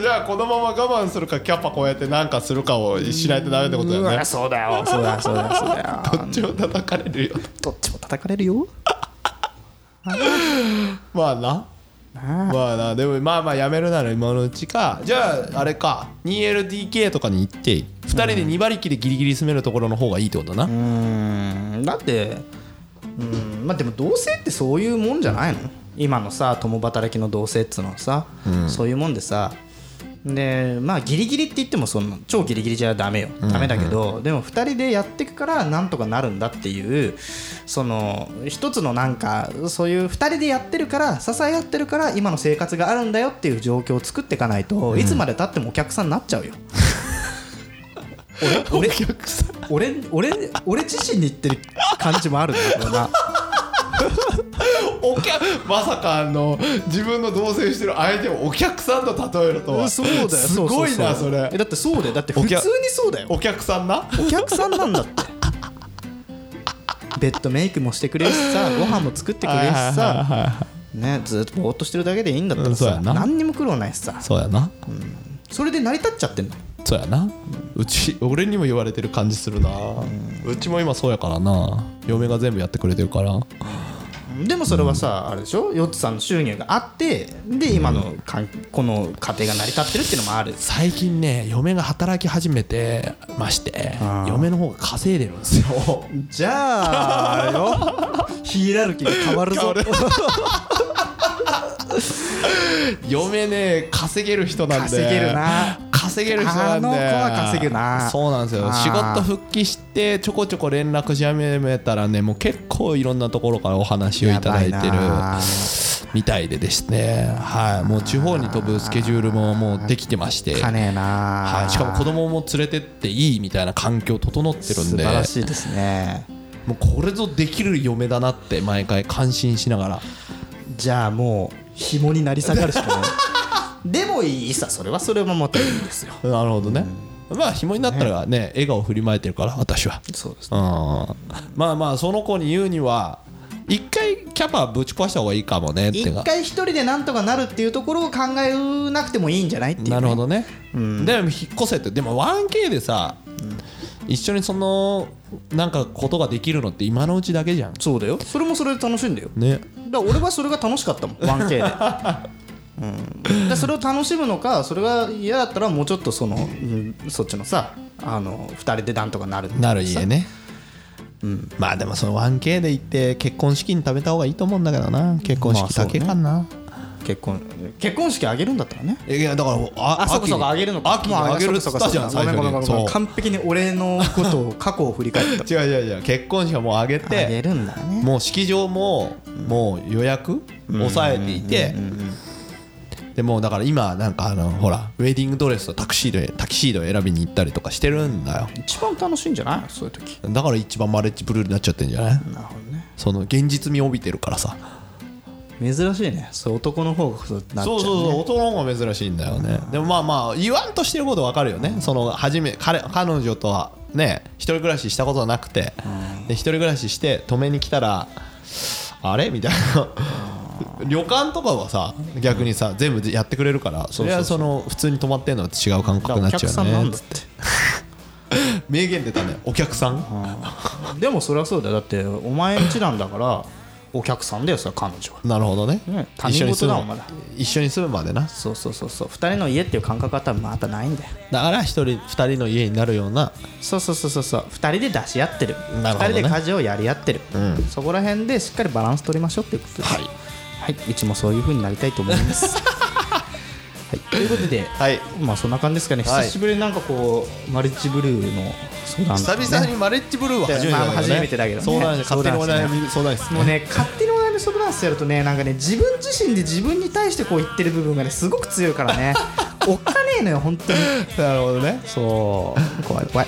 S2: じゃあこのまま我慢するかキャパこうやってなんかするかをしないとダメってことだよね
S1: そうだよそうだよそうだよそうだよ
S2: どっちも叩かれるよ
S1: どっちも叩かれるよ
S2: まあな
S1: なあ
S2: まあなでもまあまあやめるなら今のうちかじゃああれか 2LDK とかに行って2人で2馬力でギリギリ住めるところの方がいいってことな
S1: うーんだってうんまあでも同性ってそういうもんじゃないの今のさ共働きの同性っつうのはさ、そういうもんでさでまあギリギリって言ってもその超ギリギリじゃダメよダメだけど、でも2人でやっていくからなんとかなるんだっていうその一つのなんかそういう2人でやってるから支え合ってるから今の生活があるんだよっていう状況を作っていかないと、いつまでたってもお客さんになっちゃうよ俺俺俺俺俺自身に言ってる感じもあるんだけどな
S2: お客まさかあの自分の同棲してる相手をお客さんと例えると は
S1: そうだよ
S2: すごいなそれ
S1: えだってそうだよだって普通にそうだよ
S2: お客さんな
S1: お客さんなんだってベッドメイクもしてくれるし さご飯も作ってくれるしさねずっとぼーっとしてるだけでいいんだったら
S2: うんそう
S1: さ
S2: やな
S1: 何にも苦労ないしさ
S2: そうやな
S1: それで成り立っちゃってんの
S2: そうやなうち俺にも言われてる感じするなうちも今そうやからな嫁が全部やってくれてるから
S1: でもそれはさあれでしょヨッツさんの収入があってで今のかんこの家庭が成り立ってるっていうのもある
S2: 最近ね嫁が働き始めてまして嫁の方が稼いでるんで すよ
S1: じゃああれ よヒエラルキーが変わるぞ
S2: 嫁ね稼げる人なんで
S1: 稼げるな
S2: 稼げる人なんで
S1: あの子は稼ぐな
S2: そうなんですよ
S1: あー
S2: 仕事復帰してちょこちょこ連絡し始めたらねもう結構いろんなところからお話をいただいて
S1: や
S2: る
S1: ばいな
S2: みたいでですねはいもう地方に飛ぶスケジュールももうできてまして
S1: かねえな、
S2: はい、しかも子供も連れてっていいみたいな環境整ってるん
S1: 素晴
S2: で
S1: らしいですね
S2: もうこれぞできる嫁だなって毎回感心しながら
S1: じゃあもう紐になり下がるしか ないでもいいさそれはそれもまたいいんですよ
S2: なるほどね、まあ紐になったらね笑顔振りまいてるから私は
S1: そうです
S2: うんまあまあその子に言うには一回キャパぶち壊した方がいいかもねって
S1: 一
S2: か
S1: 回一人でなんとかなるっていうところを考えなくてもいいんじゃないっていう、ね、
S2: なるほどね、でも引っ越せってでも 1K でさ、一緒にそのなんかことができるのって今のうちだけじゃん
S1: そうだよそれもそれで楽しいんだよ
S2: ね
S1: だから俺はそれが楽しかったもん 1K で。うん、でそれを楽しむのかそれが嫌だったらもうちょっとその、うんそっちのさあの2人でなんとかなる
S2: なる家ねまあでもその 1K で行って結婚資金貯めた方がいいと思うんだけどな結婚式だけかな、
S1: 結婚結婚式あげるんだったらね
S2: いやだからあ
S1: あそこそこあげるのか
S2: 秋にあげるっつったじゃん
S1: ご
S2: 最
S1: めん
S2: 初
S1: ごめんごめんごめん
S2: にそう
S1: 完璧に俺のことを過去を振り返 った
S2: 違う違う違う結婚式はもうあげ
S1: あげ
S2: て
S1: るんだね
S2: もう式場ももう予約抑えていてでもうだから今なんかあのほらウェディングドレスとタクシードへタキシードを選びに行ったりとかしてるんだよ
S1: 一番楽しいんじゃないそういう時
S2: だから一番マレッジブルーになっちゃってんじゃない
S1: なるほどね
S2: その現実味を帯びてるからさ
S1: 珍しいねそう男の方がそうなっちゃう、ね、
S2: そうそうそう男の方が珍しいんだよねでもまあまあ言わんとしてることわかるよねその初め彼彼女とはね一人暮らししたことなくてで一人暮らしして止めに来たらあれみたいな旅館とかはさ逆にさ全部やってくれるからそれはその普通に泊まってんのと違う感
S1: だ
S2: 覚
S1: か
S2: に
S1: ら
S2: な
S1: お
S2: っち
S1: 客さ
S2: ゃ
S1: んな
S2: うんね
S1: だって
S2: 名言出たねお客さん
S1: でもそりゃそうだよだってお前んちなんだからお客さんだよそれ彼女は
S2: なるほどね
S1: ね他
S2: 一
S1: 人
S2: 緒に
S1: 事
S2: 住
S1: だ
S2: む
S1: もんまだ
S2: 一緒に住むまでな
S1: そうそうそうそう2人の家っていう感覚は多分またないんだよ
S2: だから一人二人の家になるような
S1: そうそうそうそうそう2人で出し合ってる2
S2: なるほどね
S1: 人で家事をやり合ってる、そこら辺でしっかりバランス取りましょうっていうことですはい、うちもそういう風になりたいと思い ます、はい、ということで、
S2: はい
S1: まあそんな感じですかね久
S2: はい
S1: しぶりになんかこうマルチブルーの相談とかね
S2: 久々にマレッジブルーは初めてだよね
S1: まあ初めてだけどね
S2: そうなんです勝手にお
S1: そうなんです
S2: 悩み相談室
S1: もうね勝手にお悩み相談室やるとねなんかね自分自身で自分に対してこう言ってる部分がねすごく強いから ねおっかねえのよ本当に
S2: なるほどね
S1: そう怖い怖い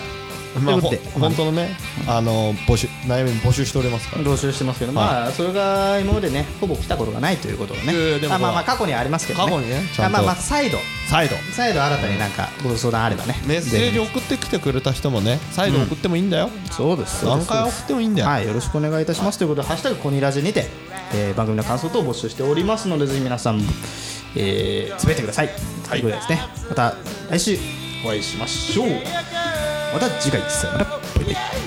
S2: まあ
S1: と
S2: ほ
S1: いうこと
S2: ん
S1: で
S2: 本当のねあの募集悩み募集しておりますから
S1: 募集してますけど、まあそれが今までねほぼ来たことがないということをね
S2: いやいやでも
S1: あまあまあ過去にはありますけどね
S2: 過去にねちゃんと
S1: あまあまあ再度
S2: 再度
S1: 再度新たになんかご相談あればね
S2: メッセー
S1: ぜ
S2: ジ送ってきてくれた人もね再度送ってもいいんだよ
S1: ひそうですそうで
S2: 何
S1: す
S2: 回送ってもいいんだよ
S1: はいよろしくお願いいたしますということで「ハッシュタグコニラジ」にて、えー番組の感想等を募集しておりますのでぜひ皆さんえー、つぶやいてください、ということでですねまた来週お会いしましょうまた次回さよならバイバイ